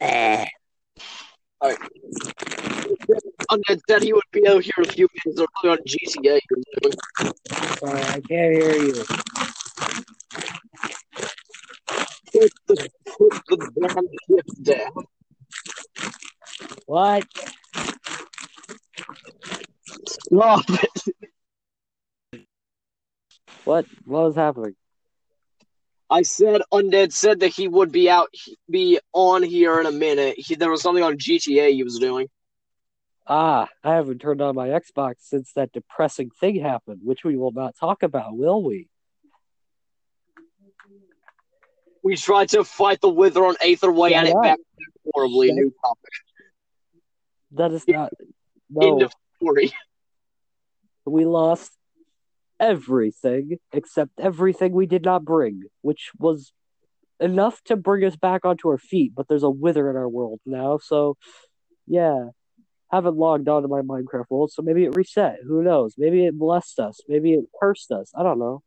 Eh. on that said he would be out here in a few minutes early on GTA. Sorry, I can't hear you. Put the, put the damn gift down. What? Stop it. What? What was happening? I said Undead said that he would be out, be on here in a minute. He, there was something on GTA he was doing. Ah, I haven't turned on my Xbox since that depressing thing happened, which we will not talk about, will we? We tried to fight the Wither on Aether Way Yeah, and it right. back horribly new topic. That is not. End No, of story. we lost everything except everything we did not bring, which was enough to bring us back onto our feet. But there's a wither in our world now, so yeah. Haven't logged on to my Minecraft world, so maybe it reset. Who knows? Maybe it blessed us. Maybe it cursed us. I don't know.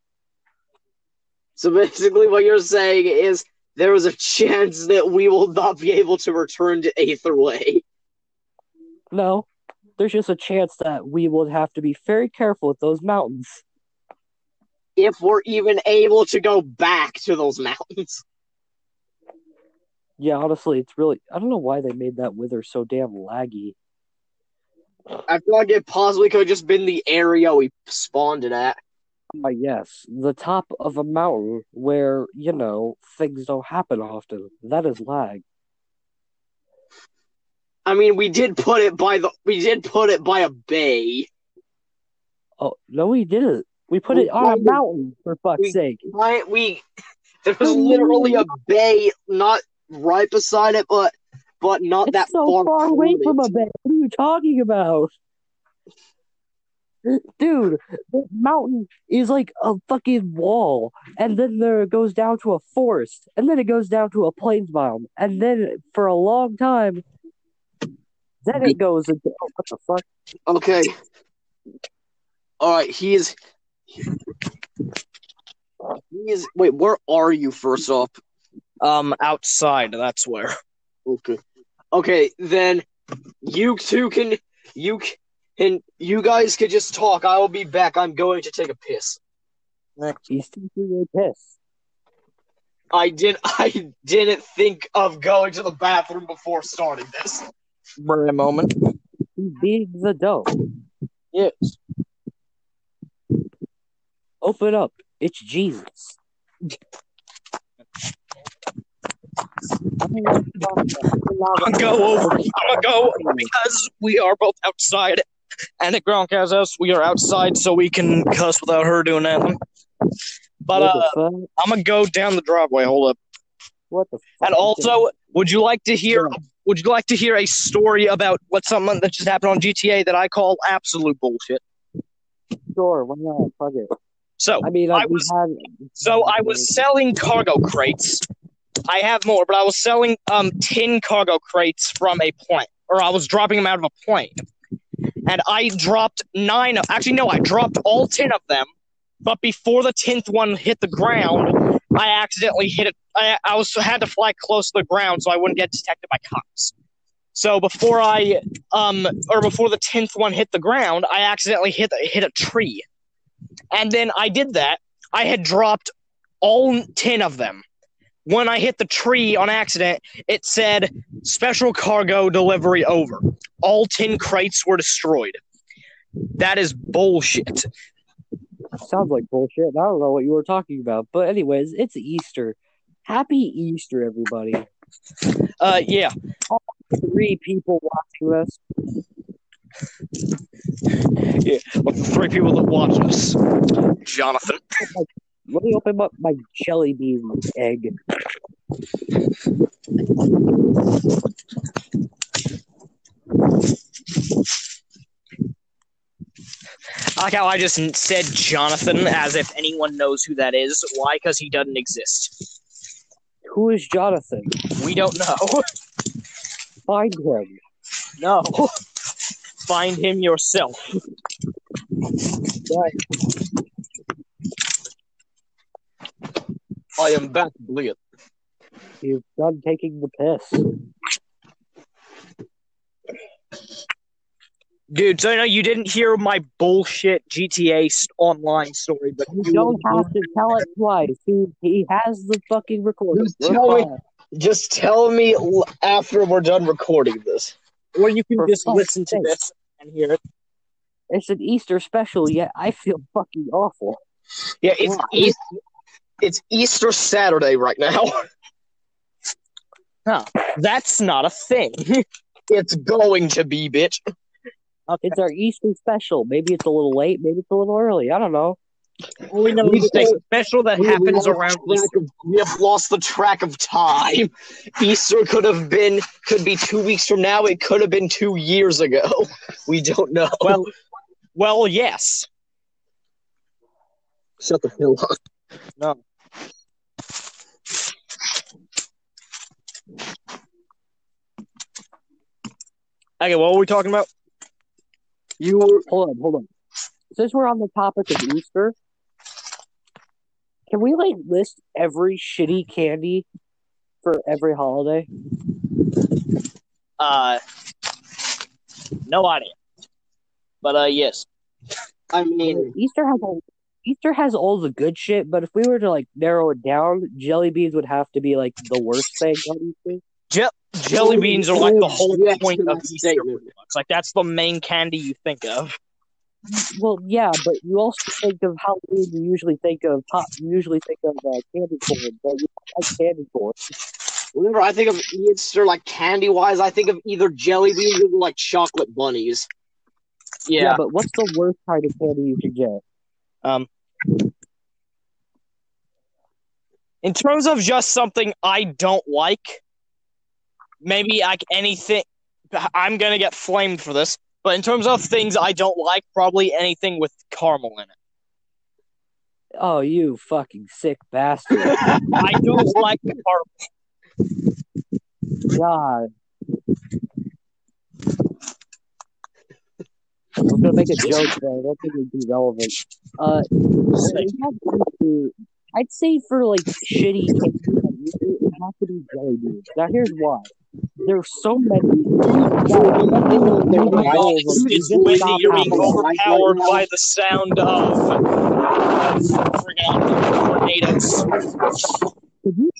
So basically, what you're saying is there is a chance that we will not be able to return to Aetherway. No, there's just a chance that we will have to be very careful with those mountains. if we're even able to go back to those mountains. Yeah, honestly, it's really. I don't know why they made that wither so damn laggy. I feel like it possibly could have just been the area we spawned it at. I guess the top of a mountain where you know things don't happen often. That is lag. I mean, we did put it by the we did put it by a bay. Oh no, we didn't. We put We it on a didn't. mountain for fuck's We- sake. Why we there was literally a bay not right beside it, but but not that It's so far, away from a bay. What are you talking about? Dude, the mountain is like a fucking wall, and then there it goes down to a forest, and then it goes down to a plains biome, and then for a long time, then it goes into oh, what the fuck? from it. Okay. Alright, he is he is wait, where are you first off? Um, outside. That's where. Okay. Okay, then you two can you c- can you guys could just talk. I will be back. I'm going to take a piss. He's taking a piss. I did I didn't think of going to the bathroom before starting this. Wait a moment. He's beating the dough. Yes. Open up. It's Jesus. Go over. I'm gonna go because we are both outside, and at Gronk has us. We are outside, so we can cuss without her doing that. What But uh, the fuck? I'm gonna go down the driveway. Hold up. What the fuck? And also, would you like to hear? Would you like to hear a story about what something that just happened on GTA that I call absolute bullshit? Sure, why not? Fuck it. So I mean, like, I we was- had. So I was selling cargo crates. I have more, but I was selling um tin cargo crates from a plane, or I was dropping them out of a plane. And I dropped nine. Of, actually, no, I dropped all ten of them. But before the tenth one hit the ground, I accidentally hit it. I, I was had to fly close to the ground so I wouldn't get detected by cops. So before I um or before the tenth one hit the ground, I accidentally hit hit a tree, and then I did that. I had dropped all 10 of them. When I hit the tree on accident, it said special cargo delivery over. All 10 crates were destroyed. That is bullshit. Sounds like bullshit. and I don't know what you were talking about. But, anyways, it's Easter. Happy Easter, everybody. Uh, yeah. Three people watching us. Look, the three people that watch us Jonathan, Let me open up my jelly bean egg. I like how I just said Jonathan as if anyone knows who that is. Why? Because he doesn't exist. Who is Jonathan? We don't know. Find him. No. Find him yourself. I am back, Bliat. He's done taking the piss. Dude, so no, you didn't hear my bullshit GTA s- online story, but You don't have to tell it twice. He he has the fucking recording. Just We're tell me- fine. Just tell me l- after we're done recording this. or you can For just fuck's listen to sake. this and hear it. It's an Easter special, yet I feel fucking awful. Yeah, it's Why? East, it's Easter Saturday right now. That's not a thing. It's going to be, bitch. It's our Easter special. Maybe it's a little late. Maybe it's a little early. I don't know. All we know We is it's a still- special that We have lost happens around track of- we have lost the track of time. Easter could have been could be two weeks from now. It could have been two years ago. We don't know. Well, well, yes. shut the hell up. Okay, what were we talking about? You were Hold on, hold on. Since we're on the topic of Easter, can we like list every shitty candy for every holiday? Uh, no idea. But uh, yes. I mean, Easter has all Easter has all the good shit, but if we were to like narrow it down, jelly beans would have to be like the worst thing on Easter. Jelly beans are like the whole Yes, point of that's Easter. statement. It's like that's the main candy you think of. Well, yeah, but you also think of Halloween. You usually think of pop. You usually think of uh, candy corn, but you don't like candy corn. Whenever I think of Easter, like candy wise, I think of either jelly beans or like chocolate bunnies. yeah, but what's the worst kind of candy you can get? Um. In terms of just something I don't like, maybe like anything. I'm gonna get flamed for this, but in terms of things I don't like, probably anything with caramel in it. Oh, you fucking sick bastard! I don't like caramel. God. I was gonna make a joke, but I don't think it'd be relevant. Uh, it's not going to- I'd say for like shitty candy, it has to be jelly beans. Now here's why: there's so many. Oh my God. Rolls of- It's you windy. just stop You're being having them. overpowered by the sound of friggin' tornadoes. Could you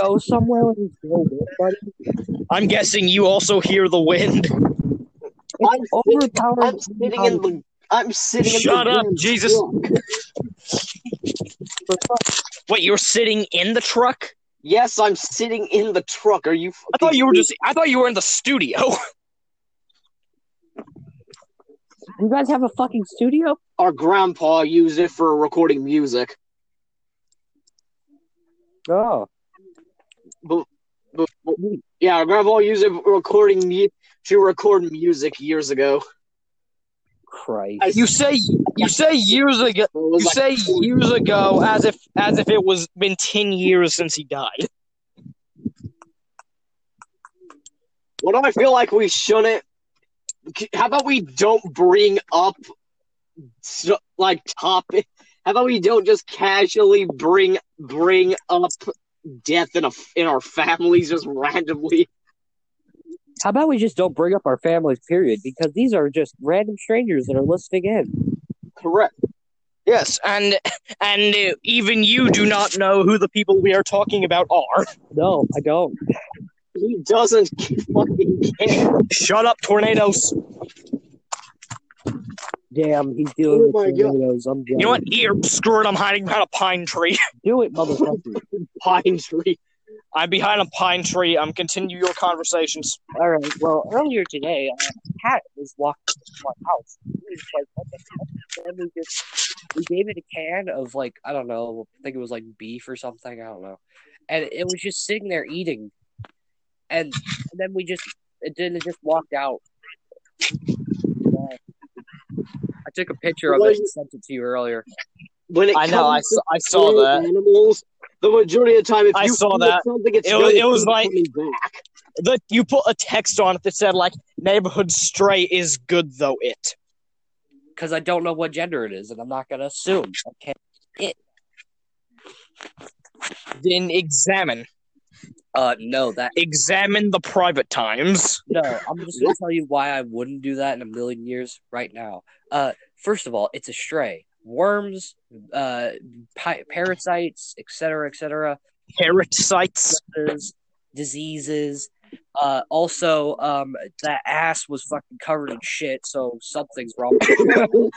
go somewhere with this go with, buddy? I'm guessing you also hear the wind. I'm It's overpowered. I'm sitting in the. I'm sitting. Shut in the up, damn Jesus. truck. Wait, you're sitting in the truck? Yes, I'm sitting in the truck. Are you? I thought you were just. I thought you were in the studio. You guys have a fucking studio? Our grandpa used it for recording music. Oh, But, but, but- yeah, our grandpa used it for recording mu- to record music years ago. Christ. I You say. You say years ago. It was You like- say years ago, as if as if it was been ten years since he died. What I feel like we shouldn't. How about we don't bring up so, like topic? How about we don't just casually bring bring up death in a in our families just randomly? How about we just don't bring up our families, period? Because these are just random strangers that are listening in. Correct. Yes, and and uh, even you do not know who the people we are talking about are. No, I don't. He doesn't fucking care. Shut up, tornadoes. Damn, he's dealing Oh with my God. tornadoes. I'm You jealous. know what? Here, screw it. I'm hiding behind a pine tree. Do it, motherfucker. Pine tree. I'm behind a pine tree. I'm continue your conversations. All right. Well, earlier today, uh, a cat was walking into my house. He was like, what the fuck? And we just we gave it a can of like I don't know. I think it was like beef or something. I don't know. And it was just sitting there eating. And, and then we just it didn't it just walked out. I took a picture of it and sent it to you earlier. When it I know. I, comes saw, I to saw feeding that. Animals. The majority of the time, if I you saw feed that. something, it's It was- gonna it was keep like- coming back. The, you put a text on it that said like "neighborhood stray is good though it." because I don't know what gender it is, and I'm not gonna assume. Okay, Then examine. Uh, no, that Examine the private times. no. I'm just gonna tell you why I wouldn't do that in a million years right now. Uh, first of all, it's a stray. Worms, uh, pi- parasites, etc., etc. Parasites. illnesses, diseases. Uh, also, um, that ass was fucking covered in shit, so something's wrong.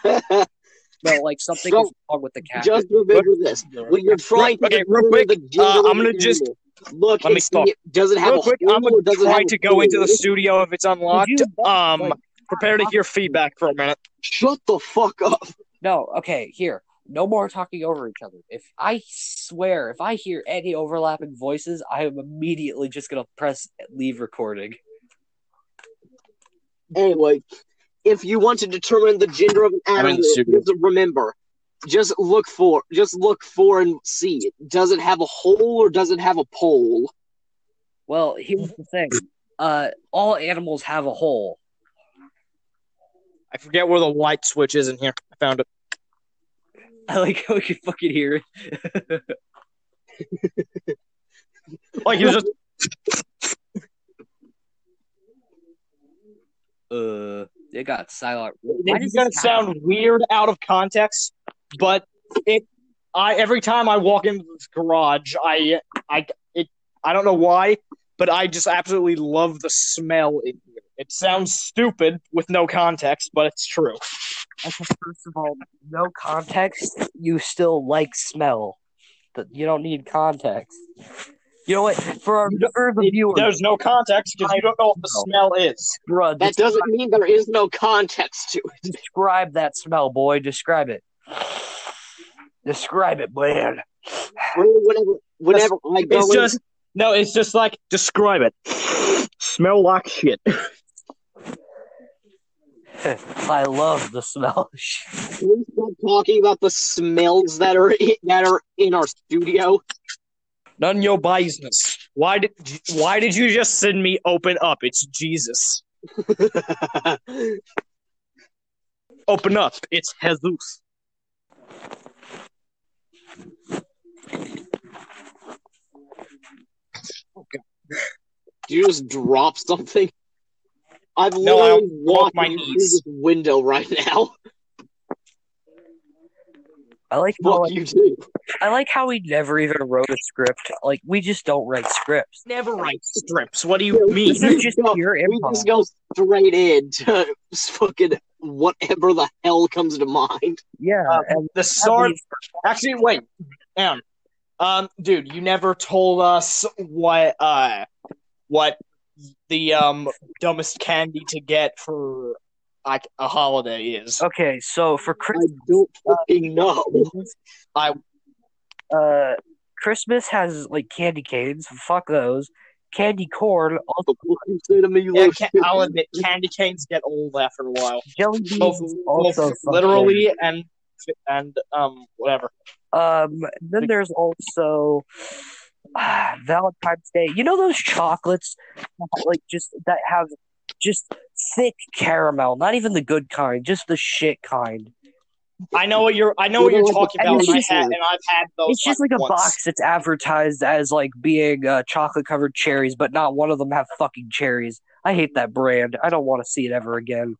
no, like something So, is wrong with the cat. just remember this. When you're trying to Okay, get real rid of quick, the uh, I'm jingle gonna just- jangle, look let me and see stop. it doesn't have Real a quick, hole, I'm gonna it doesn't try have a to go into the hole. studio if it's unlocked. Would you- Um, like, prepare to hear feedback for a minute. Shut the fuck up. no, okay, here, no more talking over each other. If I swear, if I hear any overlapping voices, I am immediately just gonna press leave recording. Anyway, if you want to determine the gender of an in the animal, studio. just remember. Just look for just look for and see. Does it have a hole or does it have a pole? Well, here's the thing: uh, all animals have a hole. I forget where the light switch is in here. I found it. I like how we can fucking hear it. Like it Oh, was just Uh, it got silent. Why does this it's gonna happen? sound weird out of context, but it. I every time I walk into this garage, I I it I don't know why, but I just absolutely love the smell in here. It sounds stupid with no context, but it's true. Okay, first of all, no context, you still like smell. But you don't need context. You know what? For our for the viewers, There's no context because you don't know what the smell is. bruh, That des- doesn't mean there is no context to it. describe that smell, boy. Describe it. Describe it, man. Really, Whenever, whenever I go It's in- just no. It's just like describe it. Smell like shit. I love the smell. Please stop talking about the smells that are in, that are in our studio. None your business. Why did Why did you just send me open up? It's Jesus. Open up. It's Jesus. Do you just drop something? I've No, I literally broke walked my through knees. this window right now. I like how Fuck like, you too. I like how we never even wrote a script. Like we just don't write scripts. Never write strips. What do you mean? This is just No, pure We improv. just go straight into fucking whatever the hell comes to mind. yeah, Uh, and The that sword. leaves- Actually, wait. Um, um, dude, you never told us what uh what the um dumbest candy to get for like a holiday is. Okay, so for Chris, I don't fucking know. uh, Christmas has like candy canes. Fuck those. Candy corn, also What you say to me, you Yeah, little can- shit. I'll admit, candy canes get old after a while, jelly beans, both, both also fuck literally and and um whatever. them. Um, then there's also ah, Valentine's Day. You know those chocolates, like just that have just thick caramel. Not even the good kind, just the shit kind. I know what you're. I know what They're you're like talking a about. And, I candy had, cane. and I've had those. it's just like a Oh, once. box that's advertised as like being uh, chocolate covered cherries, but not one of them have fucking cherries. I hate that brand. I don't want to see it ever again.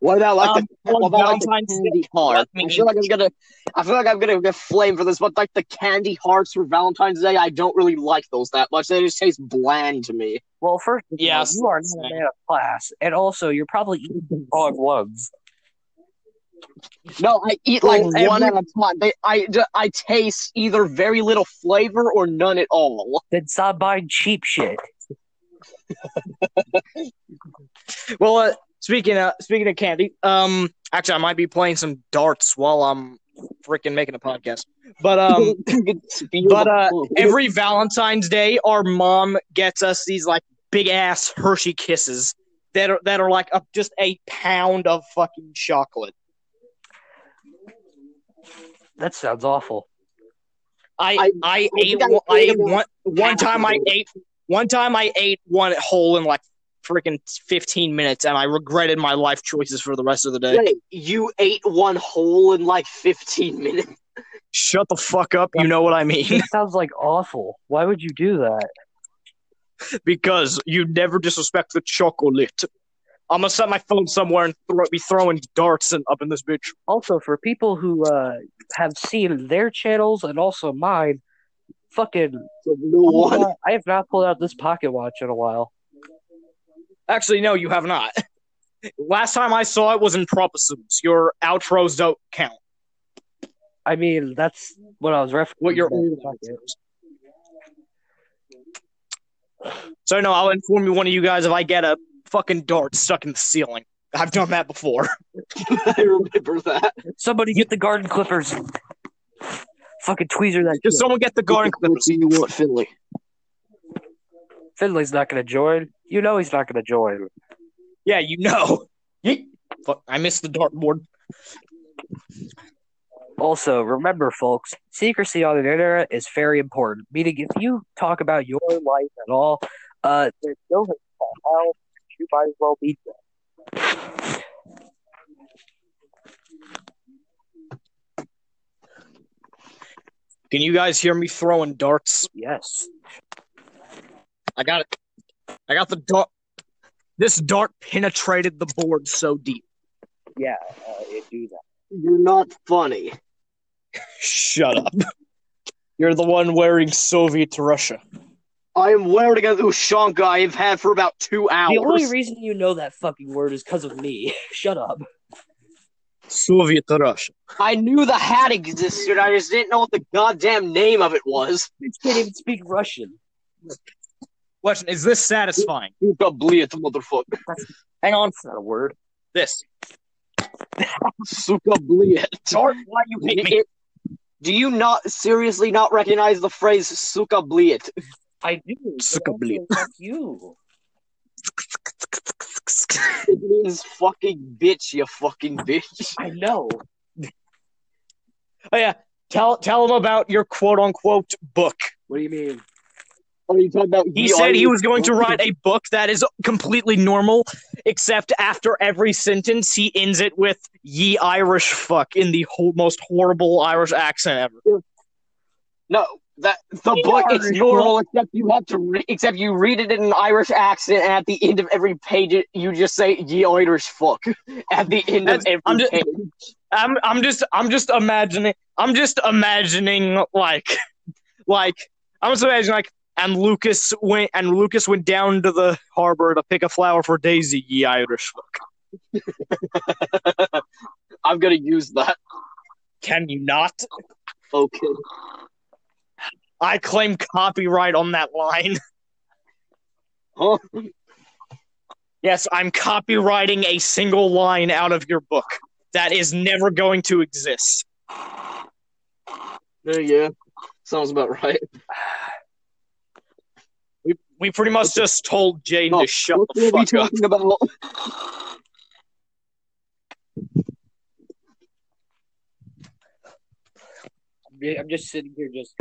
What about like the Um, what on about like the Valentine's Day, candy heart? let me- I feel like I'm gonna I feel like I'm gonna get flame for this, but like the candy hearts for Valentine's Day, I don't really like those that much. They just taste bland to me. Well, first of all, Yes, you are not same. a man of class, and also you're probably eating the wrong ones. No, I eat like Well, one at every- a time. They, I, d- I taste either very little flavor or none at all. Then stop buying cheap shit. Well, uh, speaking of speaking of candy, um, actually, I might be playing some darts while I'm freaking making a podcast. But um, You could feel but, the uh, flow. every Valentine's Day, our mom gets us these like big ass Hershey kisses that are that are like up just a pound of fucking chocolate. That sounds awful. I I, ate think I one, I ate ate about one one half time of I it. ate one time I ate one whole in like freaking 15 minutes and I regretted my life choices for the rest of the day. Hey, you ate one whole in like 15 minutes. Shut the fuck up, you know what I mean. That sounds like awful. Why would you do that? because you never disrespect the chocolate. I'm gonna set my phone somewhere and throw, be throwing darts and up in this bitch. Also, for people who uh, have seen their channels and also mine, fucking, The blue one. I have not pulled out this pocket watch in a while. Actually, no, you have not. Last time I saw it was in Propositions. Your outros don't count. I mean, that's what I was referencing. What your old So no, I'll inform you one of you guys if I get a fucking dart stuck in the ceiling. I've done that before. I remember that. Somebody get the garden clippers. Fucking tweezer that. Just someone get the garden clippers. do you want, Finley? Finley's not gonna join. You know he's not gonna join. Yeah, you know. Yeet. Fuck, I missed the dartboard. Also, remember, folks, secrecy on the internet is very important. Meaning, if you talk about your life at all, uh, there's no way in hell you might as well be dead. Can you guys hear me throwing darts? Yes. I got it. I got the dart. This dart penetrated the board so deep. Yeah, uh, it do that. You're not funny. Shut up. You're the one wearing Soviet Russia. I am wearing a Ushanka I have had for about two hours. The only reason you know that fucking word is because of me. Shut up. Soviet Russia. I knew the hat existed. I just didn't know what the goddamn name of it was. Bitch can't even speak Russian. Question Is this satisfying? You got bleat, motherfucker. Hang on. That's not a word. This. Suka bleat. Dart, why you hate me? Do you not seriously not recognize the phrase suka bleat? I do. but Sucker also, bleep. Fuck you. It means fucking bitch, you fucking bitch. I know. Oh, yeah. Tell, tell him about your quote unquote book. What do you mean? Are you talking about? He the said he audio- was going to write a book that is completely normal, except after every sentence, he ends it with ye Irish fuck in the ho- most horrible Irish accent ever. No, that the He book already is normal, except you have to re- except you read it in an Irish accent, and at the end of every page, it- you just say "ye Irish fuck" at the end That's- of every I'm just- page. I'm I'm just I'm just imagining I'm just imagining like like I'm just imagining like and Lucas went and Lucas went down to the harbor to pick a flower for Daisy, ye Irish folk. I'm gonna use that. Can you not? Okay. I claim copyright on that line. Huh? Yes, I'm copywriting a single line out of your book that is never going to exist. There you go. Sounds about right. We we pretty much just told Jane Oh, to shut what the were we fuck up. talking about? I'm just sitting here just.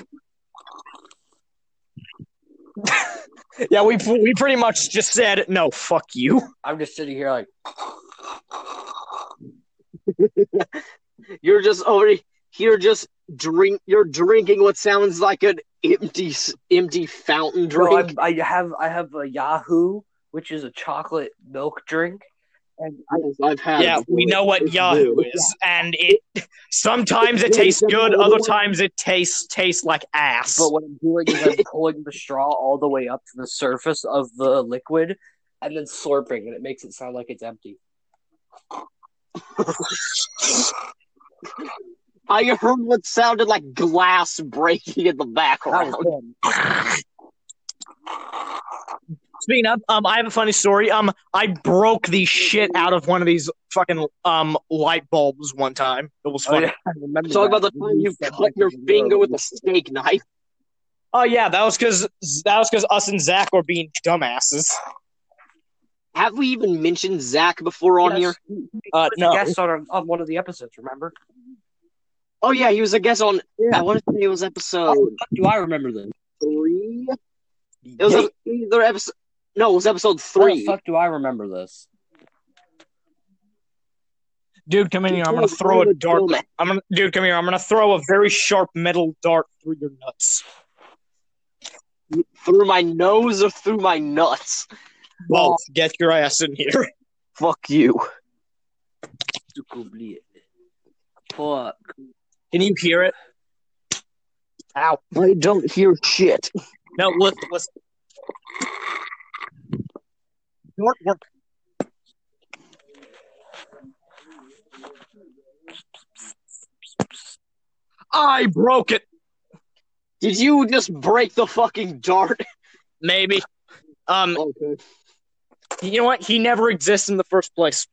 Yeah, we we pretty much just said no. Fuck you. I'm just sitting here like. You're just over here, just drink. You're drinking what sounds like an empty, s- empty fountain No, drink. I'm, I have I have a Yahoo, which is a chocolate milk drink, and I, Yes, I've had. it yeah, we before. know what It's Yahoo blue. is, and it sometimes it tastes good, other times it tastes tastes like ass. but what I'm doing is I'm pulling the straw all the way up to the surface of the liquid, and then slurping, and it makes it sound like it's empty. I heard what sounded like glass breaking in the That background. was fun. Speaking of, um, I have a funny story. Um, I broke the shit out of one of these fucking um light bulbs one time. It was Oh, funny. yeah, I remember Talk about the that. time you said cut your that you finger were- with a steak knife. Oh yeah, that was because that was because us and Zach were being dumbasses. Have we even mentioned Zach before Yes, on here? he was Uh, a no, guest on, our- on one of the episodes. Remember? Oh yeah, he was a guest on. I Yeah. want to say it was Oh, episode Do I remember this? three. It was either episode. No, it was episode How three. the fuck do I remember this? dude, come in here. I'm gonna throw a dart. I'm gonna, dude, come here. I'm gonna throw a very sharp metal dart through your nuts. through my nose or through my nuts. Both. Get your ass in here. Fuck you. to complete. Fuck. Can you hear it? Ow. I don't hear shit. No, listen, listen. Don't work. I broke it. Did you just break the fucking dart? Maybe. Um, Okay. you know what? He never exists in the first place.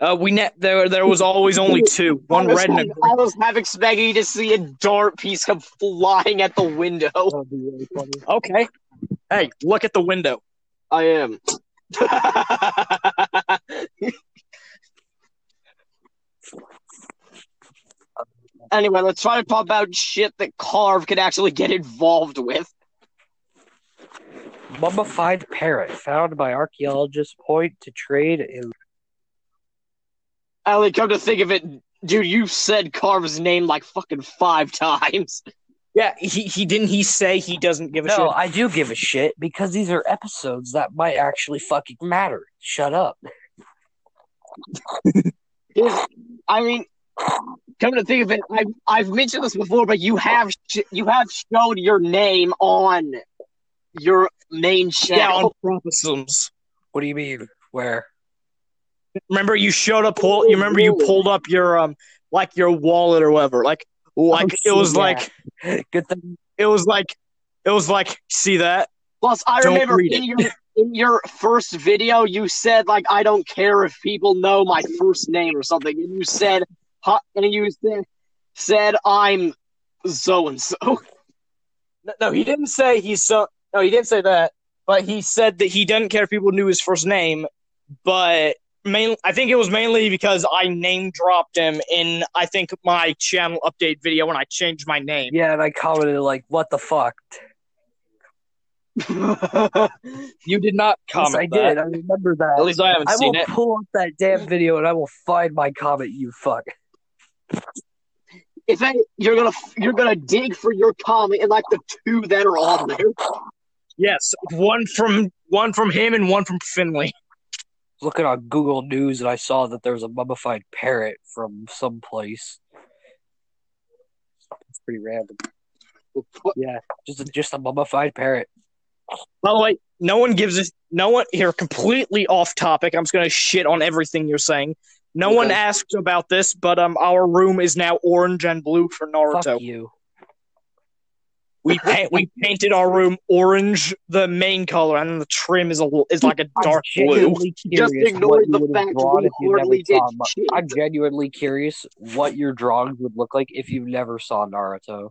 Uh, we ne- there there was always only two, one I was, red and a having- I was having Smeggy to see a dart piece come flying at the window. Okay. Hey, look at the window. I am. anyway, let's try to pump out shit that Carve can actually get involved with. Mummified parrot found by archaeologists point to trade in. Ali, come to think of it, dude, you've said Carve's name like fucking five times. Yeah, he, he didn't he say he doesn't give a No, shit. I do give a shit because these are episodes that might actually fucking matter. Shut up. Dude, I mean, come to think of it, I've, I've mentioned this before, but you have sh- you have shown your name on your main Yeah, on channel. tropisms. What do you mean? Where? Remember you showed up pull you remember you pulled up your um like your wallet or whatever. Like like it was yeah. like Good thing. it was like it was like see that? Plus, I Don't remember read in your in your first video, you said like I don't care if people know my first name or something, and you said huh, and you said said I'm so and so. No, no, he didn't say he's so no, he didn't say that. But he said that he didn't care if people knew his first name, but main I think it was mainly because I name dropped him in I think my channel update video when I changed my name. Yeah, and I commented like, "What the fuck?" You did not Yes, comment. I that. did. I remember that. At least I haven't I will seen it. pull up that damn video and I will find my comment. You fuck. if I, you're gonna you're gonna dig for your comment and like the two that are on there. Yes, one from one from him and one from Finley. Looking on Google News and I saw that there was a mummified parrot from someplace. It's pretty random. Yeah, just a, just a mummified parrot. By the way, no one gives a no one here completely off topic. I'm just gonna shit on everything you're saying. No Okay. one asked about this, but um, our room is now orange and blue for Naruto. Fuck you. We paint, we painted our room orange, the main color, and then the trim is a l- is like a dark I'm blue. genuinely Just curious ignore what you the would fact have drawn we if you never hardly did saw. Mu- shit. I'm genuinely curious what your drawings would look like if you never saw Naruto.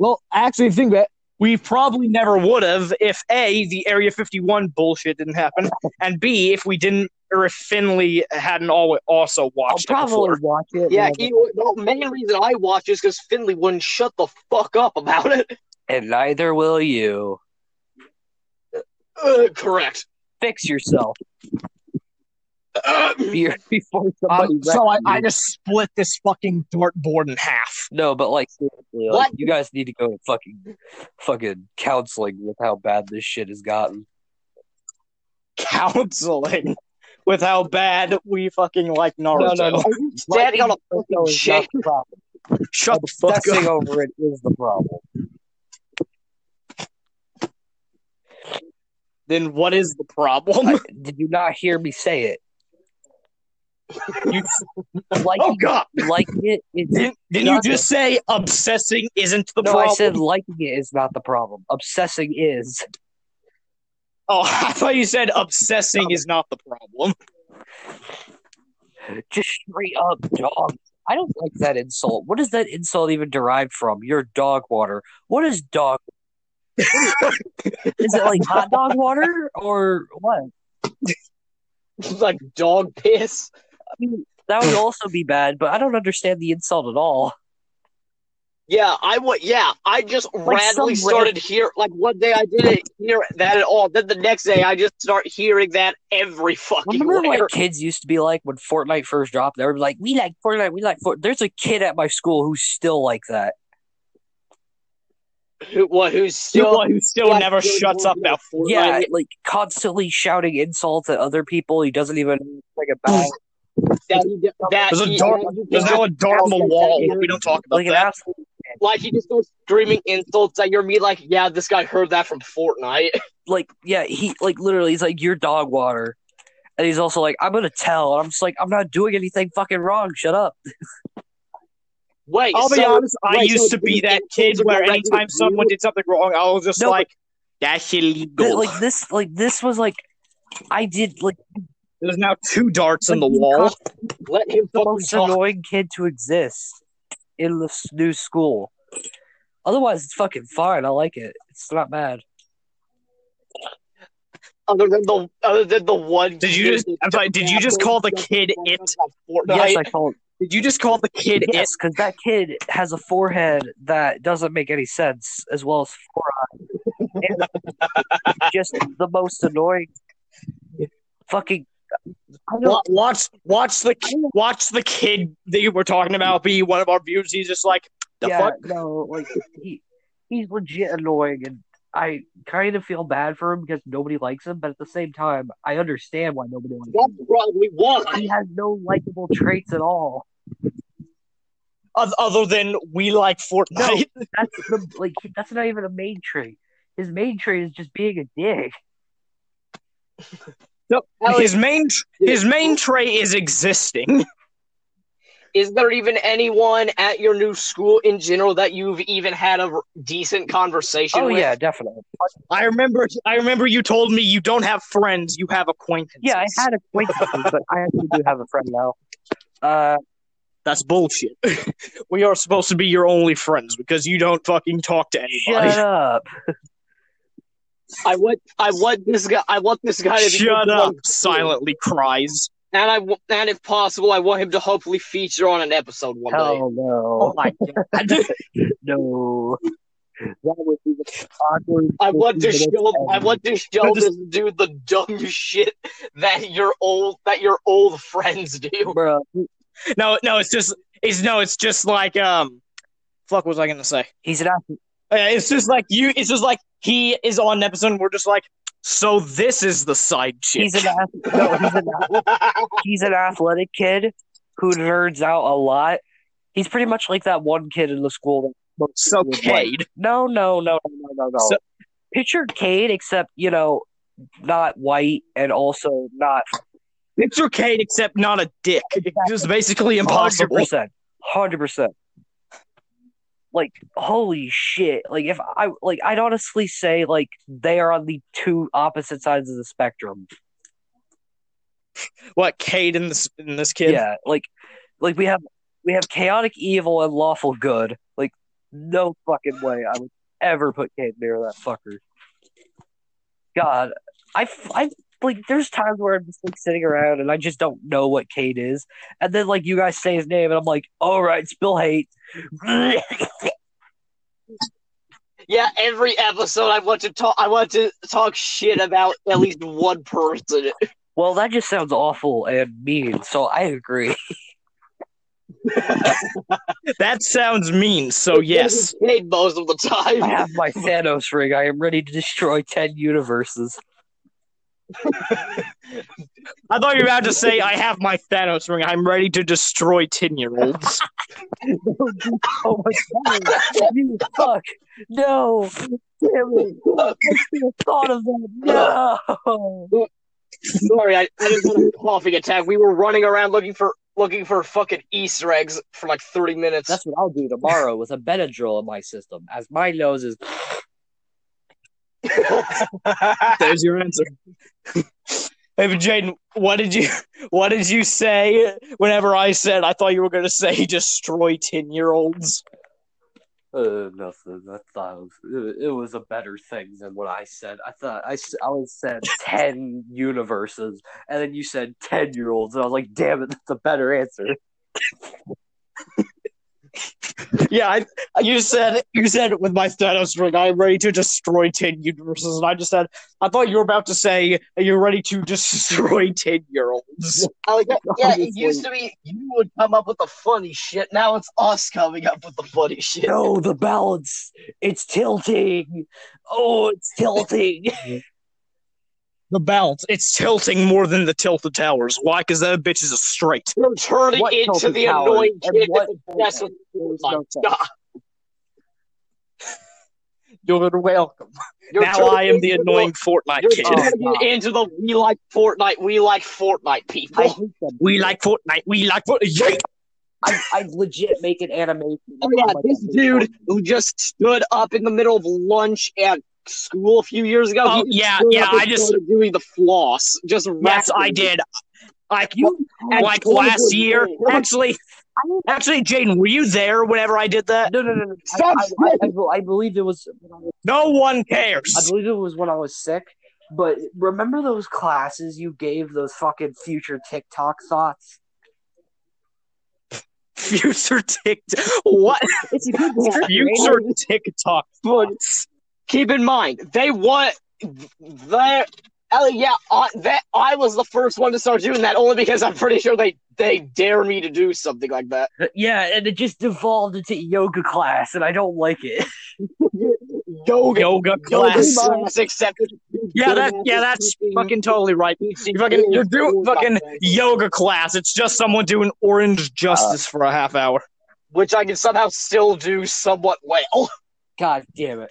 Well, actually, think that we probably never would have if a the Area 51 bullshit didn't happen, and b if we didn't or if Finley hadn't al- also I'll watched it probably before. watch it. Yeah, whenever- he, the main reason I watch is because Finley wouldn't shut the fuck up about it. and neither will you. Uh, correct. fix yourself Uh, be- before somebody. Um, so I, wrecks I you. just split this fucking dartboard in half. no, but like seriously, like, What? you guys need to go to fucking fucking counseling with how bad this shit has gotten. Counseling with how bad we fucking like Naruto. no, no. are you standing on a Naruto fucking is not chair? the problem. Shut the fuck Obsessing up. over it is the problem. Then what is the problem? Did you not hear me say it? You- Like oh god! like it is Didn't, didn't you just say obsessing isn't the no, problem? I said liking it is not the problem. Obsessing is. oh, I thought you said obsessing is not the problem. Just straight up dog. I don't like that insult. What is that insult even derived from? Your dog water. What is dog? is it like hot dog water or what? like dog piss. I mean, that would also be bad, but I don't understand the insult at all. Yeah, I would. Yeah, I just randomly some started hear. Like one day I didn't hear that at all. Then the next day I just start hearing that every fucking Remember, where. like kids used to be like when Fortnite first dropped. They were like, "We like Fortnite, we like Fortnite." There's a kid at my school who's still like that. Who, what? Who's Still, still? one who still Yeah, never still shuts going up to about Fortnite. Yeah, like constantly shouting insults at other people. He doesn't even know anything about. That he, d- that There's a he, dart- that you There's can't- now a dart on the wall. We don't talk about Like an that. asshole. like he just starts screaming insults at your me. Like, yeah, this guy heard that from Fortnite. Like yeah, he like literally he's like your dog water, and he's also like I'm gonna tell. And I'm just like I'm not doing anything fucking wrong. Shut up. Wait, I'll be so- honest. I wait, so used to it's be the that insults kid are where directed at anytime you? someone did something wrong, I was just No, like, "That's Th- illegal." like this, like this was like I did like There's now two darts in the Like, you wall. let him the fucking most talk. annoying kid to exist in this new school. Otherwise, it's fucking fine. I like it. It's not bad. Other than the other than the one. Did you just? I'm sorry. Did you just call the kid it? Yes, I Fortnite? call it. Did you just call the kid it? Yes, because that kid has a forehead that doesn't make any sense, as well as four eyes. And just the most annoying fucking. I don't- Wa- Watch, watch the, ki- watch the kid that you were talking about be one of our viewers. He's just like, the yeah, fuck. no, like he he's legit annoying, and I kind of feel bad for him because nobody likes him. But at the same time, I understand why nobody likes him. That's probably why. He has no likable traits at all. Oth- Other than we like Fortnite. That's the like he- that's not even a main trait. His main trait is just being a dick. Alex, his main, tr- his main trait is existing. is there even anyone at your new school in general that you've even had a r- decent conversation Oh with? yeah, definitely. I remember, I remember you told me you don't have friends, you have acquaintances. Yeah, I had acquaintances, but I actually do have a friend now. Uh, That's bullshit. we are supposed to be your only friends because you don't fucking talk to anybody. shut up. I want I want this guy I want this guy to be Shut one up! of the Silently cries. And I wa- and if possible, I want him to hopefully feature on an episode one day. Hell no, my god! no. That would be the awkward. I want to 15 show minutes I ever. want to show You're just- this dude the dumb shit that your old that your old friends do. Bruh, no, no, it's just it's no, it's just like um, fuck, what was I gonna say? he's an athlete. Uh, It's just like you. It's just like he is on an episode. and We're just like, so this is the side chick. He's an athlete. No, he's an he's an athletic kid who nerds out a lot. He's pretty much like that one kid in the school. That so Like, Cade. no, no, no, no, no, no. So- Picture Cade, except you know, not white and also not Picture Cade, except not a dick. It's just basically impossible. percent, hundred percent. Like holy shit! Like if I like, I'd honestly say like they are on the two opposite sides of the spectrum. What Cade in this in this kid? Yeah, like like we have we have chaotic evil and lawful good. Like no fucking way I would ever put Cade near that fucker. God, I f- I like there's times where I'm just like sitting around and I just don't know what Cade is, and then like you guys say his name and I'm like, all right, spill hate. Yeah, every episode I want to talk I want to talk shit about at least one person. well, that just sounds awful and mean. So I agree. That sounds mean. So Oh, yes, Hey, most of the time. I have my Thanos ring. I am ready to destroy ten universes. I thought you were about to say I have my Thanos ring. I'm ready to destroy ten year olds. Oh my god! You fuck! No! Damn it! I thought of that. No. Sorry, I, I just had a coughing attack. We were running around looking for looking for fucking Easter eggs for like thirty minutes. That's what I'll do tomorrow with a Benadryl in my system, as my nose is. There's your answer. Hey, but Jaden, what did you what did you say whenever I said I thought you were gonna say destroy ten year olds? Uh, nothing. I thought it uh, was, it was a better thing than what I said. I thought I, s- I was said ten universes, and then you said ten year olds, and I was like, "Damn it, that's a better answer." Yeah, I, you said you said with my status ring, I'm ready to destroy ten universes, and I just said I thought you were about to say you're ready to destroy ten year olds. Like, yeah, yeah, it Obviously. used to be you would come up with the funny shit. Now it's us coming up with the funny shit. No, the balance. It's tilting. Oh, it's tilting. The balance it's tilting more than the tilted towers. Why? Because that bitch is a straight. You're turning What into Tilted the Towers? annoying And kid what- that's obsessed with There's my no sense. God. You're welcome. You're now turning I am the into annoying Fortnite You're kid. turning Oh, God. into the we like Fortnite, we like Fortnite people. I hate them. We like Fortnite. We like Fortnite. Yay! I, I legit make an animation. Oh yeah, I'm like, this I'm dude who just stood up in the middle of lunch at school a few years ago. Oh, he just yeah, stood yeah, up and I just- started doing the floss. Just Yes, I rapping. did. Like You, And like Cole last was year. winning. Actually, actually, Jaden, were you there whenever I did that? no, no, no, no. Stop I, I, I, I, I believe it was. When I was No one cares. I believe it was when I was sick. But remember those classes you gave those fucking future TikTok thoughts? Future TikTok. What? It's a good Future TikTok. thoughts. Keep in mind, they want their. Ellie, yeah, I, that I was the first one to start doing that only because I'm pretty sure they they dare me to do something like that. Yeah, and it just devolved into yoga class, and I don't like it. Yoga, Yoga yoga class. class, except Yeah, that. Yeah, that's fucking totally right. You fucking, you're doing fucking yoga class. It's just someone doing orange justice for a half hour. which I can somehow still do somewhat well. God damn it!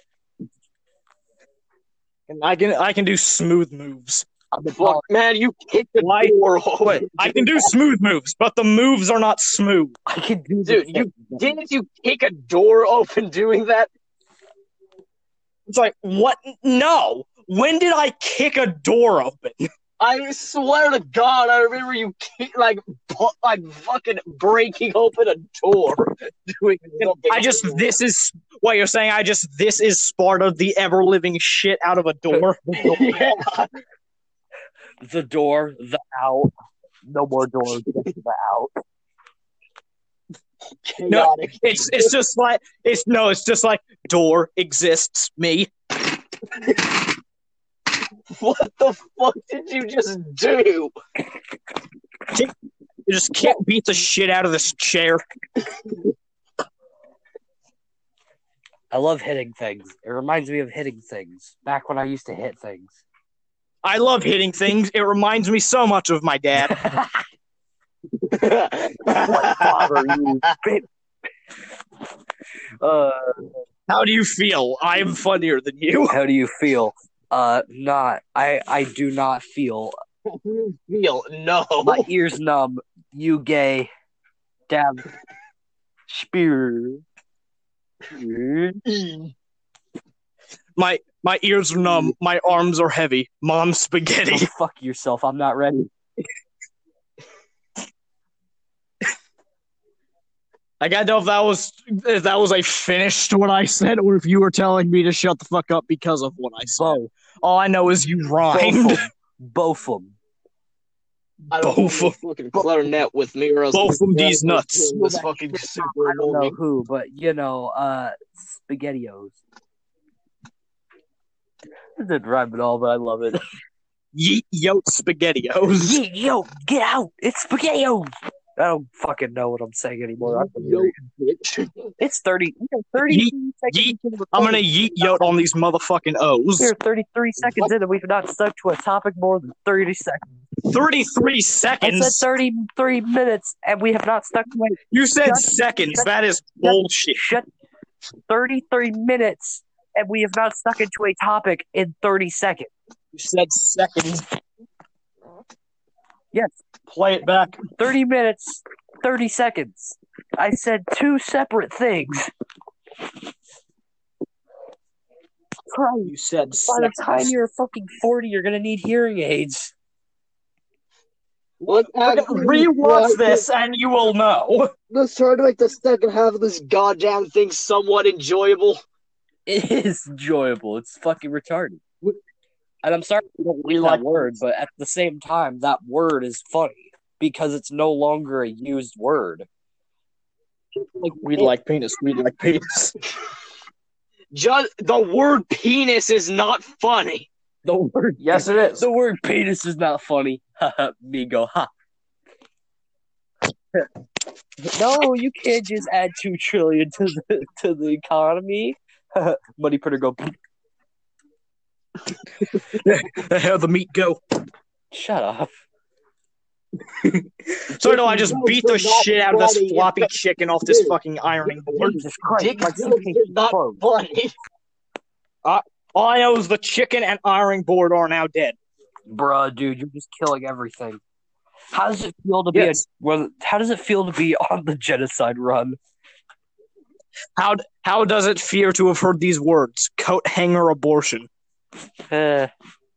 And I can I can do smooth moves. I'm a Fuck, man, you kicked the Why- door open. Wait, I can do smooth moves, but the moves are not smooth. I can do this. Dude, you didn't you kick a door open doing that? It's like what? No. When did I kick a door open? I swear to God, I remember you kick, like bu- like fucking breaking open a door doing something. I just this is what you're saying. I just this is Sparta, the ever living shit out of a door. yeah, the door, the out. No more doors. just the out. chaotic. It's it's just like it's no, it's just like door exists me. What the fuck did you just do? You just can't beat the shit out of this chair. I love hitting things. It reminds me of hitting things. Back when I used to hit things. I love hitting things. It reminds me so much of my dad. What father you bitch. Uh, How do you feel? I am funnier than you. how do you feel? Uh, not. I I do not feel. Feel no. My ears numb. You gay. Damn. Spear. My my ears are numb. My arms are heavy. Mom Go spaghetti. fuck yourself. I'm not ready. I gotta know if that was if that was a finished what I said or if you were telling me to shut the fuck up because of what I said. Bo. All I know is you rhymed. Both. Both of 'em. I don't Both have of- a fucking clarinet with me, or else both of Yeah, these nuts. This fucking super I don't know annoying. who, but you know, uh, SpaghettiOs. It didn't rhyme at all, but I love it. Yeet yote spaghettios. Yeah, yo, get out! It's SpaghettiOs. I don't fucking know what I'm saying anymore. I'm Yo, bitch. It's thirty. You know, thirty-three seconds. yeet. into the I'm gonna recording. yeet yote on these motherfucking O's. We're thirty-three seconds in, and we've not stuck to a topic more than thirty seconds. 33 I said seconds. thirty-three minutes, and we have not stuck to it. You said Shut- seconds. shut- That is bullshit. Shut. Thirty-three minutes, and we have not stuck into a topic in thirty seconds. You said seconds. Yes. Play it back. Thirty minutes, thirty seconds. I said two separate things. Christ. You said By the time seconds. you're fucking 40, you're going to need hearing aids. Let's Rewatch this and you will know. Let's try to make the second half of this goddamn thing somewhat enjoyable. It is enjoyable. It's fucking retarded. And I'm sorry we don't use like- that word, but at the same time, that word is funny because it's no longer a used word. Like, we'd like penis. We'd like penis. Just the word penis is not funny. The word Yes, it is. the word penis is not funny. Migo, ha. no, you can't just add two trillion to the to the economy. Money printer go. How the meat go? Shut up. So no, I just beat the shit out of this floppy chicken off this fucking ironing board. Jesus Christ! Dick my jokes suitcase is is not closed. funny. All I know is the chicken and ironing board are now dead. Bruh, dude, you're just killing everything. How does it feel to Yes. be a, well, How does it feel to be on the genocide run? How how does it fear to have heard these words? Coat hanger abortion. Eh,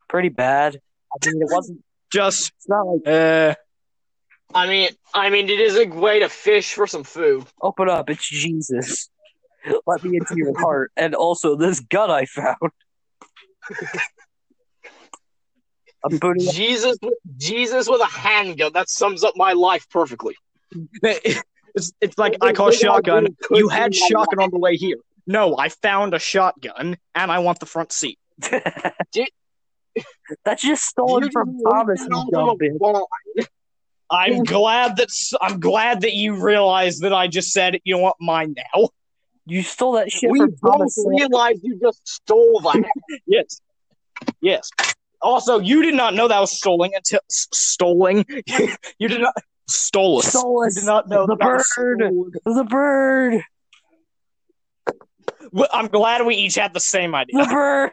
pretty bad. I mean, it wasn't. Just It's not like uh, I mean, I mean, it is a way to fish for some food. open up. It's Jesus. Let me into your heart, and also this gun I found. I'm booting up Jesus, Jesus with a handgun. That sums up my life perfectly. it's it's like I call shotgun. You had shotgun on the way here. No, I found a shotgun and I want the front seat. that's just stolen You from just Thomas. ripped it You off of dumb a bitch. wall. I'm glad that s- I'm glad that you realized that I just said you want mine now. You stole that shit We from both Thomas. Sowell. realized you just stole that. Yes, yes. Also, you did not know that was stolen until s- stolen. you did not stolen. Stole You us. did not know The that was bird. stolen. The bird. Well, I'm glad we each had the same idea. The bird.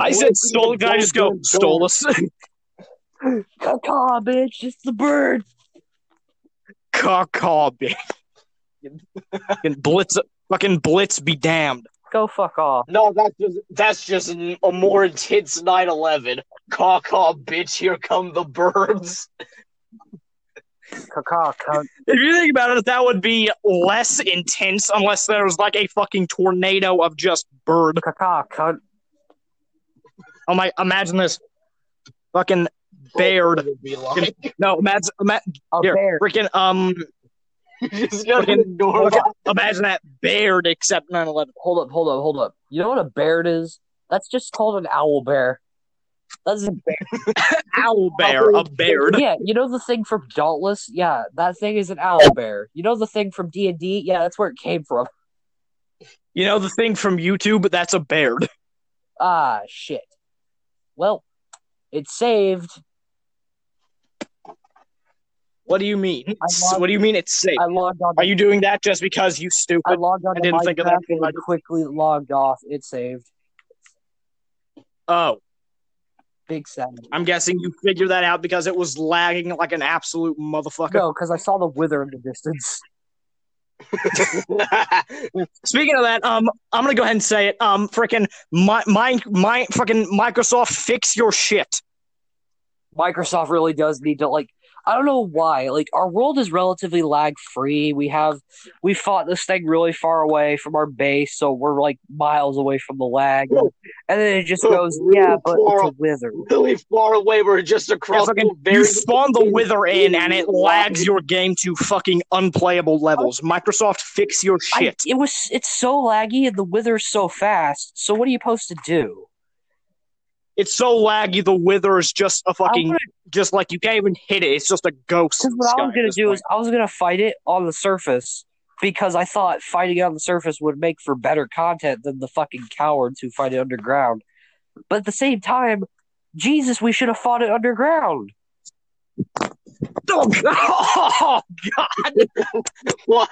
I said stole. Did I just go stole us? Caw, bitch. It's the bird. Caw-caw, bitch. fucking blitz, fucking blitz, be damned. Go fuck off. No, that's just that's just n- a more intense 9/11. Caw caw, bitch! Here come the birds. Caw, cunt. If you think about it, that would be less intense unless there was like a fucking tornado of just bird. Caw, cunt. Oh my! Imagine this, fucking baird. Would be like. No, imagine, ima- A Here. bear. Oh, freaking um, just gotta Fucking- ignore that. imagine that baird except 9/11. Hold up, hold up, hold up. You know what a bear is? That's just called an owl bear. That's a bear. Owl bear, Oh. a baird. yeah, you know the thing from Dauntless? Yeah, that thing is an owl bear. You know the thing from D and D? Yeah, that's where it came from. You know the thing from YouTube? That's a baird. Ah, shit. Well, it's saved. What do you mean? lost- What do you mean it's safe? I logged on. Are you doing that just because you I stupid? logged on to I didn't think of that. Minecraft and quickly logged off. It saved. Oh. Big sad. I'm guessing you figured that out because it was lagging like an absolute motherfucker. No, because I saw the wither in the distance. Speaking of that, um, I'm gonna go ahead and say it. Um, freaking my my my freaking Microsoft, fix your shit. Microsoft really does need to like I don't know why. Like our world is relatively lag free. We have we fought this thing really far away from our base, so we're like miles away from the lag. And then it just Oh, goes, really Yeah, but it's a far. wither. really far away. We're just Yeah, across fucking, the you very. spawn the wither in and it lags your game to fucking unplayable levels. Microsoft, fix your I, shit. it was it's so laggy and the wither's so fast. So what are you supposed to do? It's so laggy. The wither is just a I fucking wanna- just like you can't even hit it. It's just a ghost. Because in the what I sky was at gonna this do point. is I was gonna fight it on the surface because I thought fighting it on the surface would make for better content than the fucking cowards who fight it underground. But at the same time, Jesus, we should have fought it underground. oh god, Well,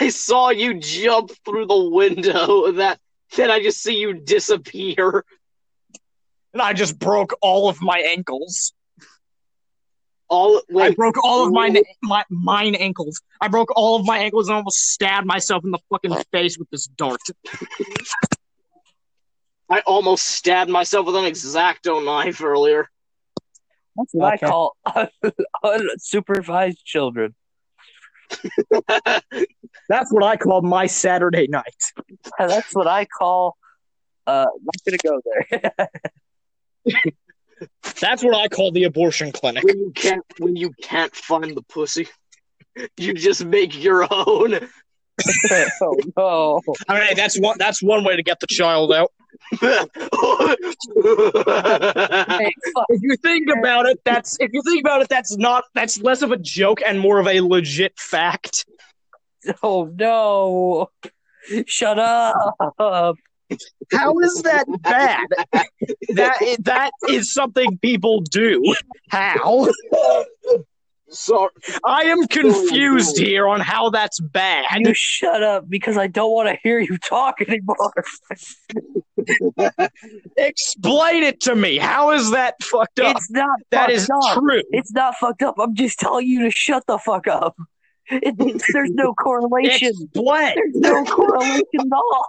I saw you jump through the window. of That then I just see you disappear. and I just broke all of my ankles. All I wait, broke all of my wait. my mine ankles. I broke all of my ankles and almost stabbed myself in the fucking face with this dart. I almost stabbed myself with an exacto knife earlier. That's what Okay. I call unsupervised children. That's what I call my Saturday night. And that's what I call. Uh, not gonna go there. That's what I call the abortion clinic. When you can't, when you can't find the pussy. You just make your own. oh no! All right, that's one. That's one way to get the child out. Uh, Hey, fuck. If you think about it, that's if you think about it, that's not that's less of a joke and more of a legit fact. Oh no! Shut up! How is that bad? that that is something people do. How? Sorry. I am confused here on how that's bad. You shut up because I don't want to hear you talk anymore. Explain it to me. How is that fucked up? It's not. That fucked is up. true. It's not fucked up. I'm just telling you to shut the fuck up. It, it's- there's no correlation. Explain. There's no correlation at all.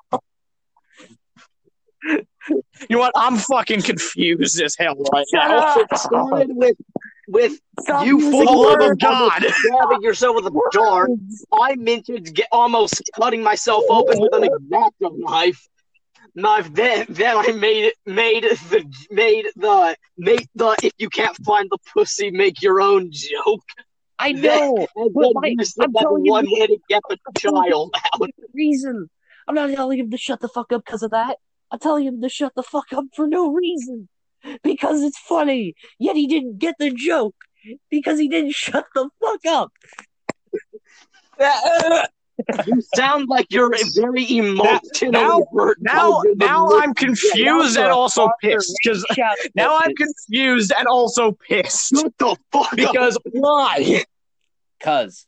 You know what? I'm fucking confused as hell right Shut now. up! It started with with Stop you using for the love of words. God stabbing yourself with a dart. Words. I minted ge- almost cutting myself open with an exacto knife. Knife. Then, then I made it, made the, made the, made the. If you can't find the pussy, make your own joke. I know. And Well, then Mike, use I'm that telling you- one way to get the child out. reason. I'm not telling him to shut the fuck up because of that. I'm telling him to shut the fuck up for no reason. Because it's funny. Yet he didn't get the joke. Because he didn't shut the fuck up. You sound like you're very emotional. now- Bert. Now, I didn't now look- I'm confused Now and you're also on your pissed. Because Shout now I'm confused and also pissed. Shut the fuck up. Because why? cuz.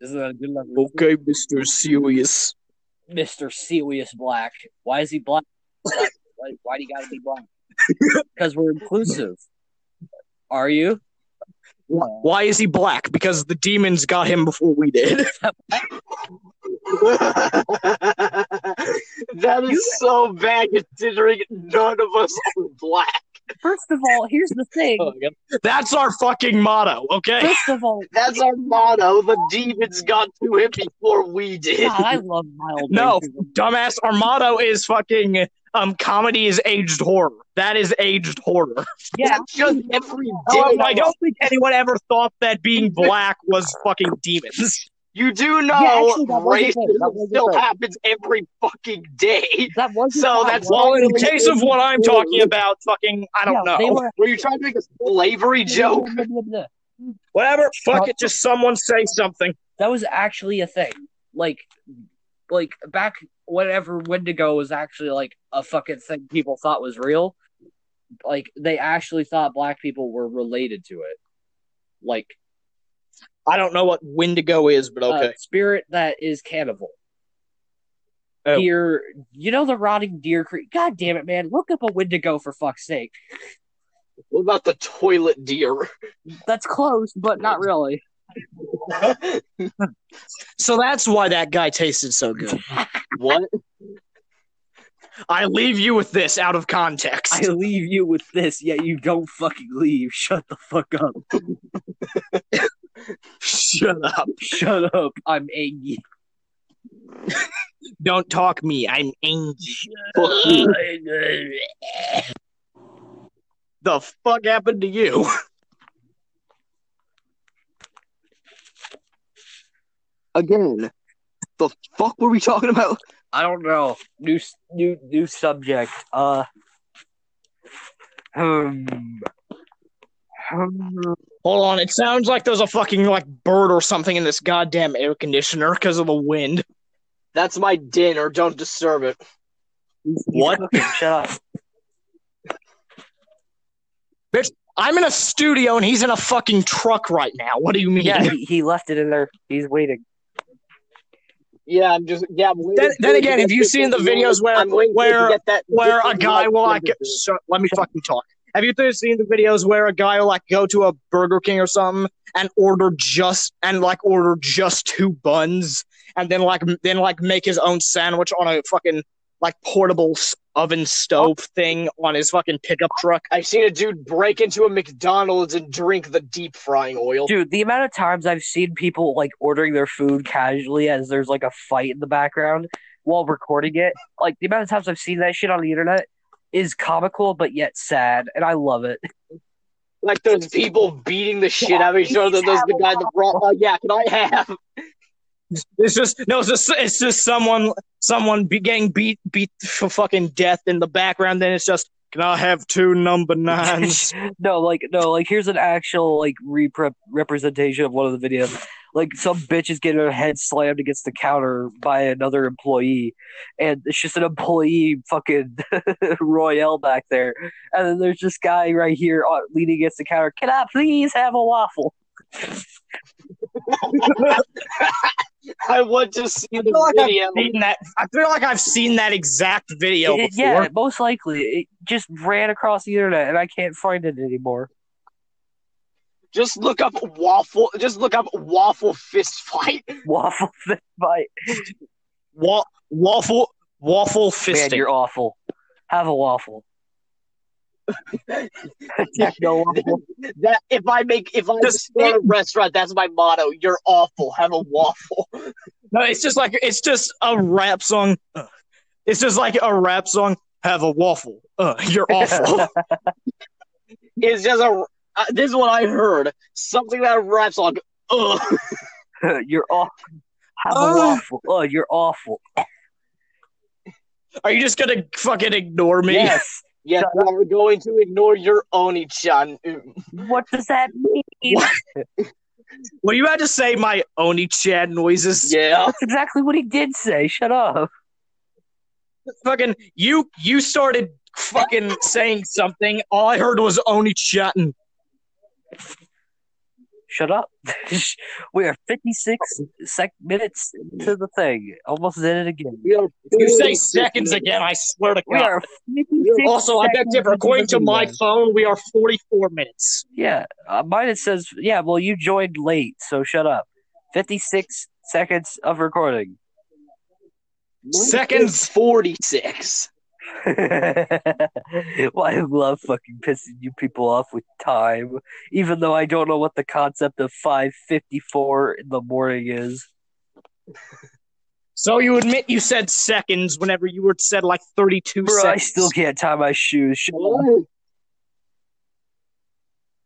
Isn't that a good enough? Okay, Mister Serious. Mr. Serious Black. Why is he black? why, why do you gotta be black? Because we're inclusive. Are you? Why is he black? Because the demons got him before we did. that is so bad considering none of us are black. First of all, here's the thing. That's our fucking motto. Okay. First of all, That's our motto. The demons got to him before we did. God, I love mild No. racism. Dumbass. Our motto is fucking um comedy is aged horror. That is aged horror. Yeah, That's just every However, demon. I don't think anyone ever thought that being black was fucking demons. You do know Yeah, actually, that wasn't it. That racism wasn't still it. happens every fucking day. that wasn't. So bad. that's Why- Well, in Really case of what I'm aged talking horror. about, fucking, I don't yeah, know. They were Were you trying to make a slavery joke? Blah, blah, blah, blah. Whatever. Fuck Not- it. Just someone say something. That was actually a thing. Like, like back whenever Wendigo was actually like a fucking thing people thought was real. Like they actually thought black people were related to it. Like I don't know what Wendigo is, but a okay. spirit that is cannibal. Oh. Deer, you know the rotting deer creek. God damn it, man! Look up a Wendigo for fuck's sake. What about the toilet deer? That's close, but not really. so that's why that guy tasted so good. What? I leave you with this out of context. I leave you with this, yet you don't fucking leave. Shut the fuck up. Shut up. Shut up. I'm angry. Don't talk me. I'm angry. Fuck you. The fuck happened to you? Again. The fuck were we talking about? I don't know. New s- new new subject. Uh. Um. um, Hold on. It sounds like there's a fucking like bird or something in this goddamn air conditioner because of the wind. That's my dinner. Don't disturb it. he's- he's What? cooking. Shut up. I'm in a studio and he's in a fucking truck right now. What do you mean? Yeah, he, he left it in there. He's waiting. Yeah, I'm just yeah. I'm waiting Then- for then it to again, get have you this seen the thing going. videos where- I'm waiting for it to where- get that where a different guy light will like temperature. so, let me fucking talk. Have you th- seen the videos where a guy will like go to a Burger King or something and order just and like order just two buns and then like m- then like make his own sandwich on a fucking like portable s- oven stove thing on his fucking pickup truck? Oh. I've seen a dude break into a McDonald's and drink the deep frying oil. Dude, the amount of times I've seen people like ordering their food casually as there's like a fight in the background while recording it, like the amount of times I've seen that shit on the internet is comical but yet sad, and I love it. Like those people beating the shit out of each other. Those the guy that brought. Oh yeah, can I have? It's just no. It's just it's just someone someone be getting beat beat for fucking death in the background. Then it's just can I have two number nines? no, like no, like here's an actual like repre- representation of one of the videos. Like some bitch is getting her head slammed against the counter by another employee, and it's just an employee fucking Royale back there, and then there's this guy right here uh, leaning against the counter. Can I please have a waffle? I want to see I feel the like video. I've seen that. I feel like I've seen that exact video It- before. yeah, most likely it just ran across the internet, and I can't find it anymore. Just look up waffle. Just look up waffle fist fight. Waffle fist fight. Wa- waffle waffle fisting. Man, you're awful. Have a waffle. Techno waffle. That if I make if I Just- start a restaurant, that's my motto. You're awful. Have a waffle. no, it's just like it's just a rap song. Ugh. It's just like a rap song. Have a waffle. Uh, you're awful. It's just a. Uh, this is what I heard. Something that raps on. Ugh. you're awful. Have Ah. a waffle. Oh, you're awful. Are you just gonna fucking ignore me? Yes. Yes, we're going to ignore your Oni-chan. What does that mean? What? Were you about to say my Oni Chad noises? Yeah. That's exactly what he did say. Shut up. Fucking you you started fucking saying something. All I heard was Oni Chad. Shut up. we are 56 sec- minutes to the thing. Almost in it again. We are You say seconds again, I swear to We God. are 56 Also, I bet seconds different. into According the to my video. phone, we are 44 minutes. Yeah, uh, mine it says, yeah, well, you joined late, so shut up. 56 seconds of recording. Seconds. 46. well, I love fucking pissing you people off with time, even though I don't know what the concept of 554 in the morning is. So you admit you said seconds whenever you were said like 32 Bro, I seconds. still can't tie my shoes. Shut up.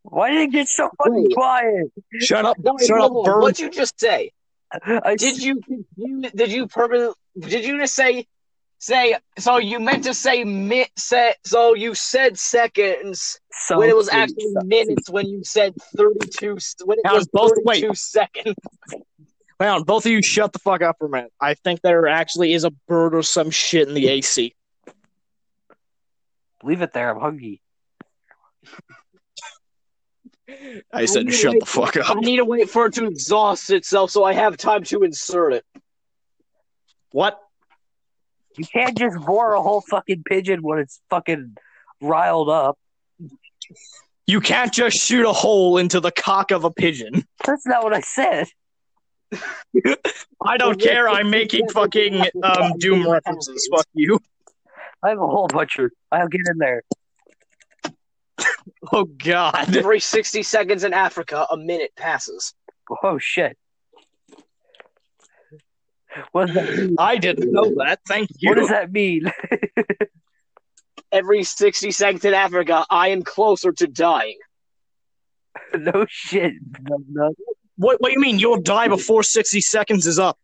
Why did it get so fucking Wait. quiet? Shut up, No, wait, Uh, shut up, hold on. bird. What'd you just say? I Did you confuse, did you permanently, did you just say, say, so you meant to say, mi- say so you said seconds so when it was cute. actually minutes when you said 32, when it Now was it's both- wait. 32 seconds. Hang on, both of you shut the fuck up for a minute. I think there actually is a bird or some shit in the AC. Leave it there. I'm hungry. I said shut the fuck I up. need to wait for it to exhaust itself so I have time to insert it. What? You can't just bore a whole fucking pigeon when it's fucking riled up. You can't just shoot a hole into the cock of a pigeon. That's not what I said. I don't care. I'm making fucking um, Doom references. Fuck you. I have a whole bunch of. I'll get in there. Oh God. Every 60 seconds in Africa, a minute passes. Oh shit. What does that mean? I didn't know that. Thank you. What does that mean? Every 60 seconds in Africa, I am closer to dying. no shit. No, no. What, what do you mean? You'll die before 60 seconds is up.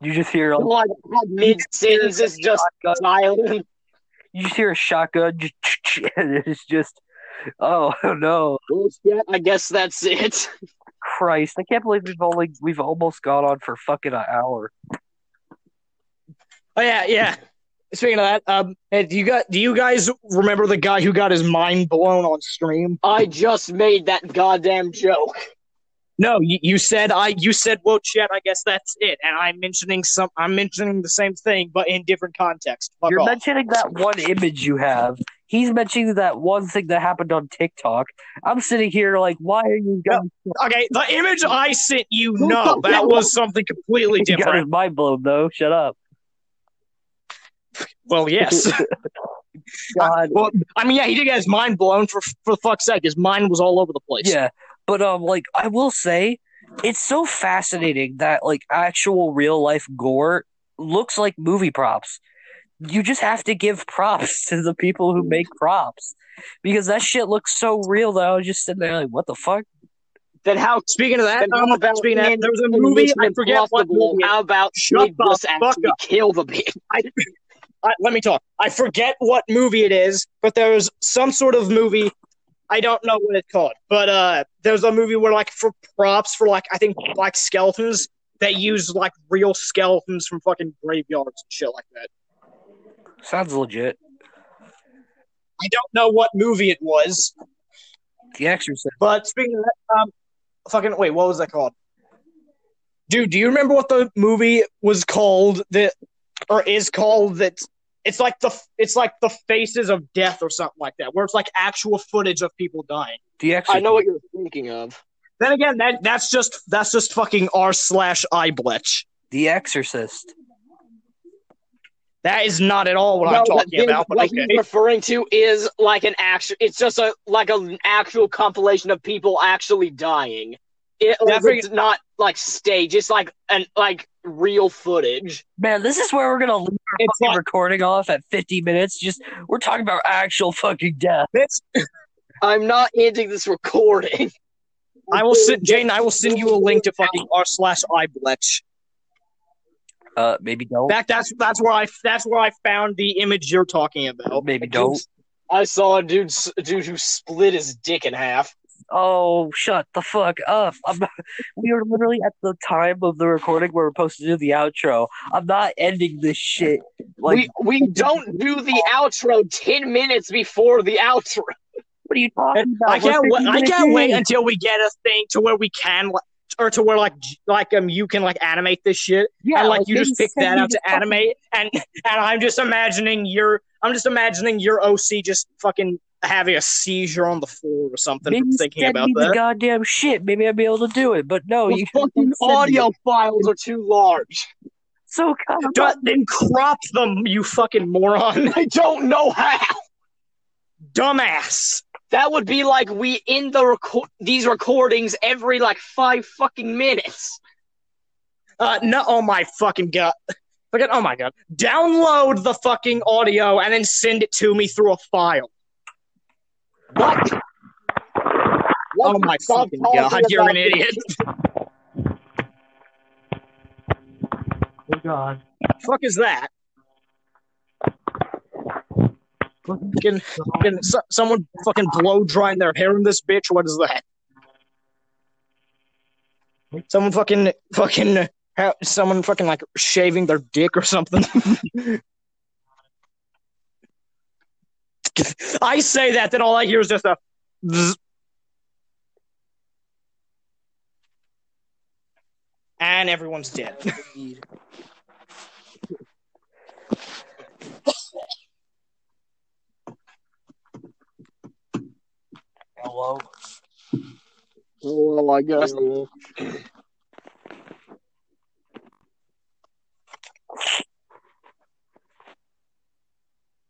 You just hear like Like, mid sentence is just shotgun- silent. you just hear a shotgun. just- and It's just oh no, Well, shit, I guess that's it. Christ! I can't believe we've only we've almost gone on for fucking an hour. Oh yeah, yeah. Speaking of that, um, hey, do you got? Do you guys remember the guy who got his mind blown on stream? I just made that goddamn joke. No, you, you said I. You said, "Well, Chad, I guess that's it." And I'm mentioning some. I'm mentioning the same thing, but in different context. Fuck You're off. mentioning that one image you have. He's mentioning that one thing that happened on TikTok. I'm sitting here like, why are you guys okay, the image I sent you. No, that was something completely you got different. his mind blown though? Shut up. Well, yes. God. well, I mean, yeah, he did get his mind blown for for fuck's sake. His mind was all over the place. Yeah, but um, like I will say, it's so fascinating that like actual real life gore looks like movie props. you just have to give props to the people who make props because that shit looks so real that I was just sitting there like, what the fuck? Then how? Speaking of that, Then how um, about speaking of that, Mission there was a movie. I forget what Impossible? movie. it- How about Shut we the just fuck actually kill the bitch? I, let me talk. I forget what movie it is, but there's some sort of movie. I don't know what it's called, but uh, there's a movie where like for props for like I think like skeletons they use like real skeletons from fucking graveyards and shit like that. Sounds legit. I don't know what movie it was, The Exorcist. but speaking of that, um, fucking wait, what was that called? Dude, do you remember what the movie was called that or is called that? It's like the it's like the faces of death or something like that, where it's like actual footage of people dying. The Exorcist. I know what you're thinking of. Then again, that that's just that's just fucking r slash iBletch. The Exorcist. That is not at all what I'm No, talking but about. But what okay. he's referring to is like an actual. It's just a like an actual compilation of people actually dying. It, like, Definitely- it's not like stage. It's like an like real footage. Man, this is where we're gonna leave our It's fucking like- recording off at 50 minutes. Just we're talking about actual fucking death. This, I'm not ending this recording. I will send Jane. I will send you a link to fucking r slash iBletch. Uh, maybe don't. That that's that's where I that's where I found the image you're talking about. maybe don't. I saw a dude s- dude who split his dick in half. Oh, shut the fuck up! I'm not, we are literally at the time of the recording where we're supposed to do the outro. I'm not ending this shit. Like, we we don't do the outro ten minutes before the outro. what are you talking about? I can't. We're Wa- I 50 can't wait minutes until we get a thing to where we can, like, or to where like j- like um you can like animate this shit. in. and like you they just pick send that me out the to animate and and i'm just imagining your i'm just imagining your oc just fucking having a seizure on the floor or something Maybe from thinking send about me the that goddamn shit. Maybe I'll be able to do it. But no, Oh, The you fucking audio files are too large. So God, I'm Don't- then crop them you fucking moron I don't know how. dumbass That would be like we end the reco- these recordings every like five fucking minutes. uh no oh my fucking god Forget, oh my god. Download the fucking audio and then send it to me through a file. What? What oh my the fuck fucking are god, we you're an about to- idiot. oh God. Fuck is that? Fucking, fucking, so, someone fucking blow drying their hair in this bitch. What is that? Someone fucking, fucking, ha- someone fucking like shaving their dick or something. I say that, then all I hear is just a. Zzz. And everyone's dead. Hello. Oh my god.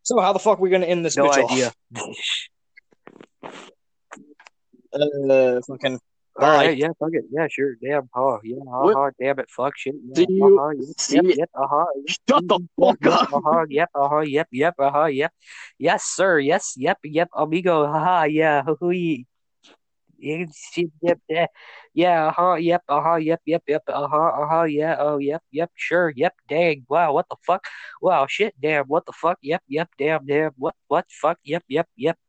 So how the fuck are we gonna end this No bitch idea. off? Uh, fucking. All Alright. right, yeah, fuck it, yeah, sure, damn, oh, yeah, What- uh-huh, damn it, fuck, shit, yeah, Do you uh-huh, yep, see yep, it? yep, uh-huh, yep, Shut the fuck up. uh-huh, yep, uh-huh, yep, yep, uh-huh, yep, yes, sir, yes, yep, yep, amigo, haha, yeah, hoo-hoo-yee. You can see- Yep, yeah, yeah, uh-huh, yep, uh-huh, yep, yep, yep, uh-huh, uh-huh, yeah, oh, yep, yep, sure, yep, dang, wow, what the fuck, wow, shit, damn, what the fuck, yep, yep, damn, damn, what, what, fuck, yep, yep, yep,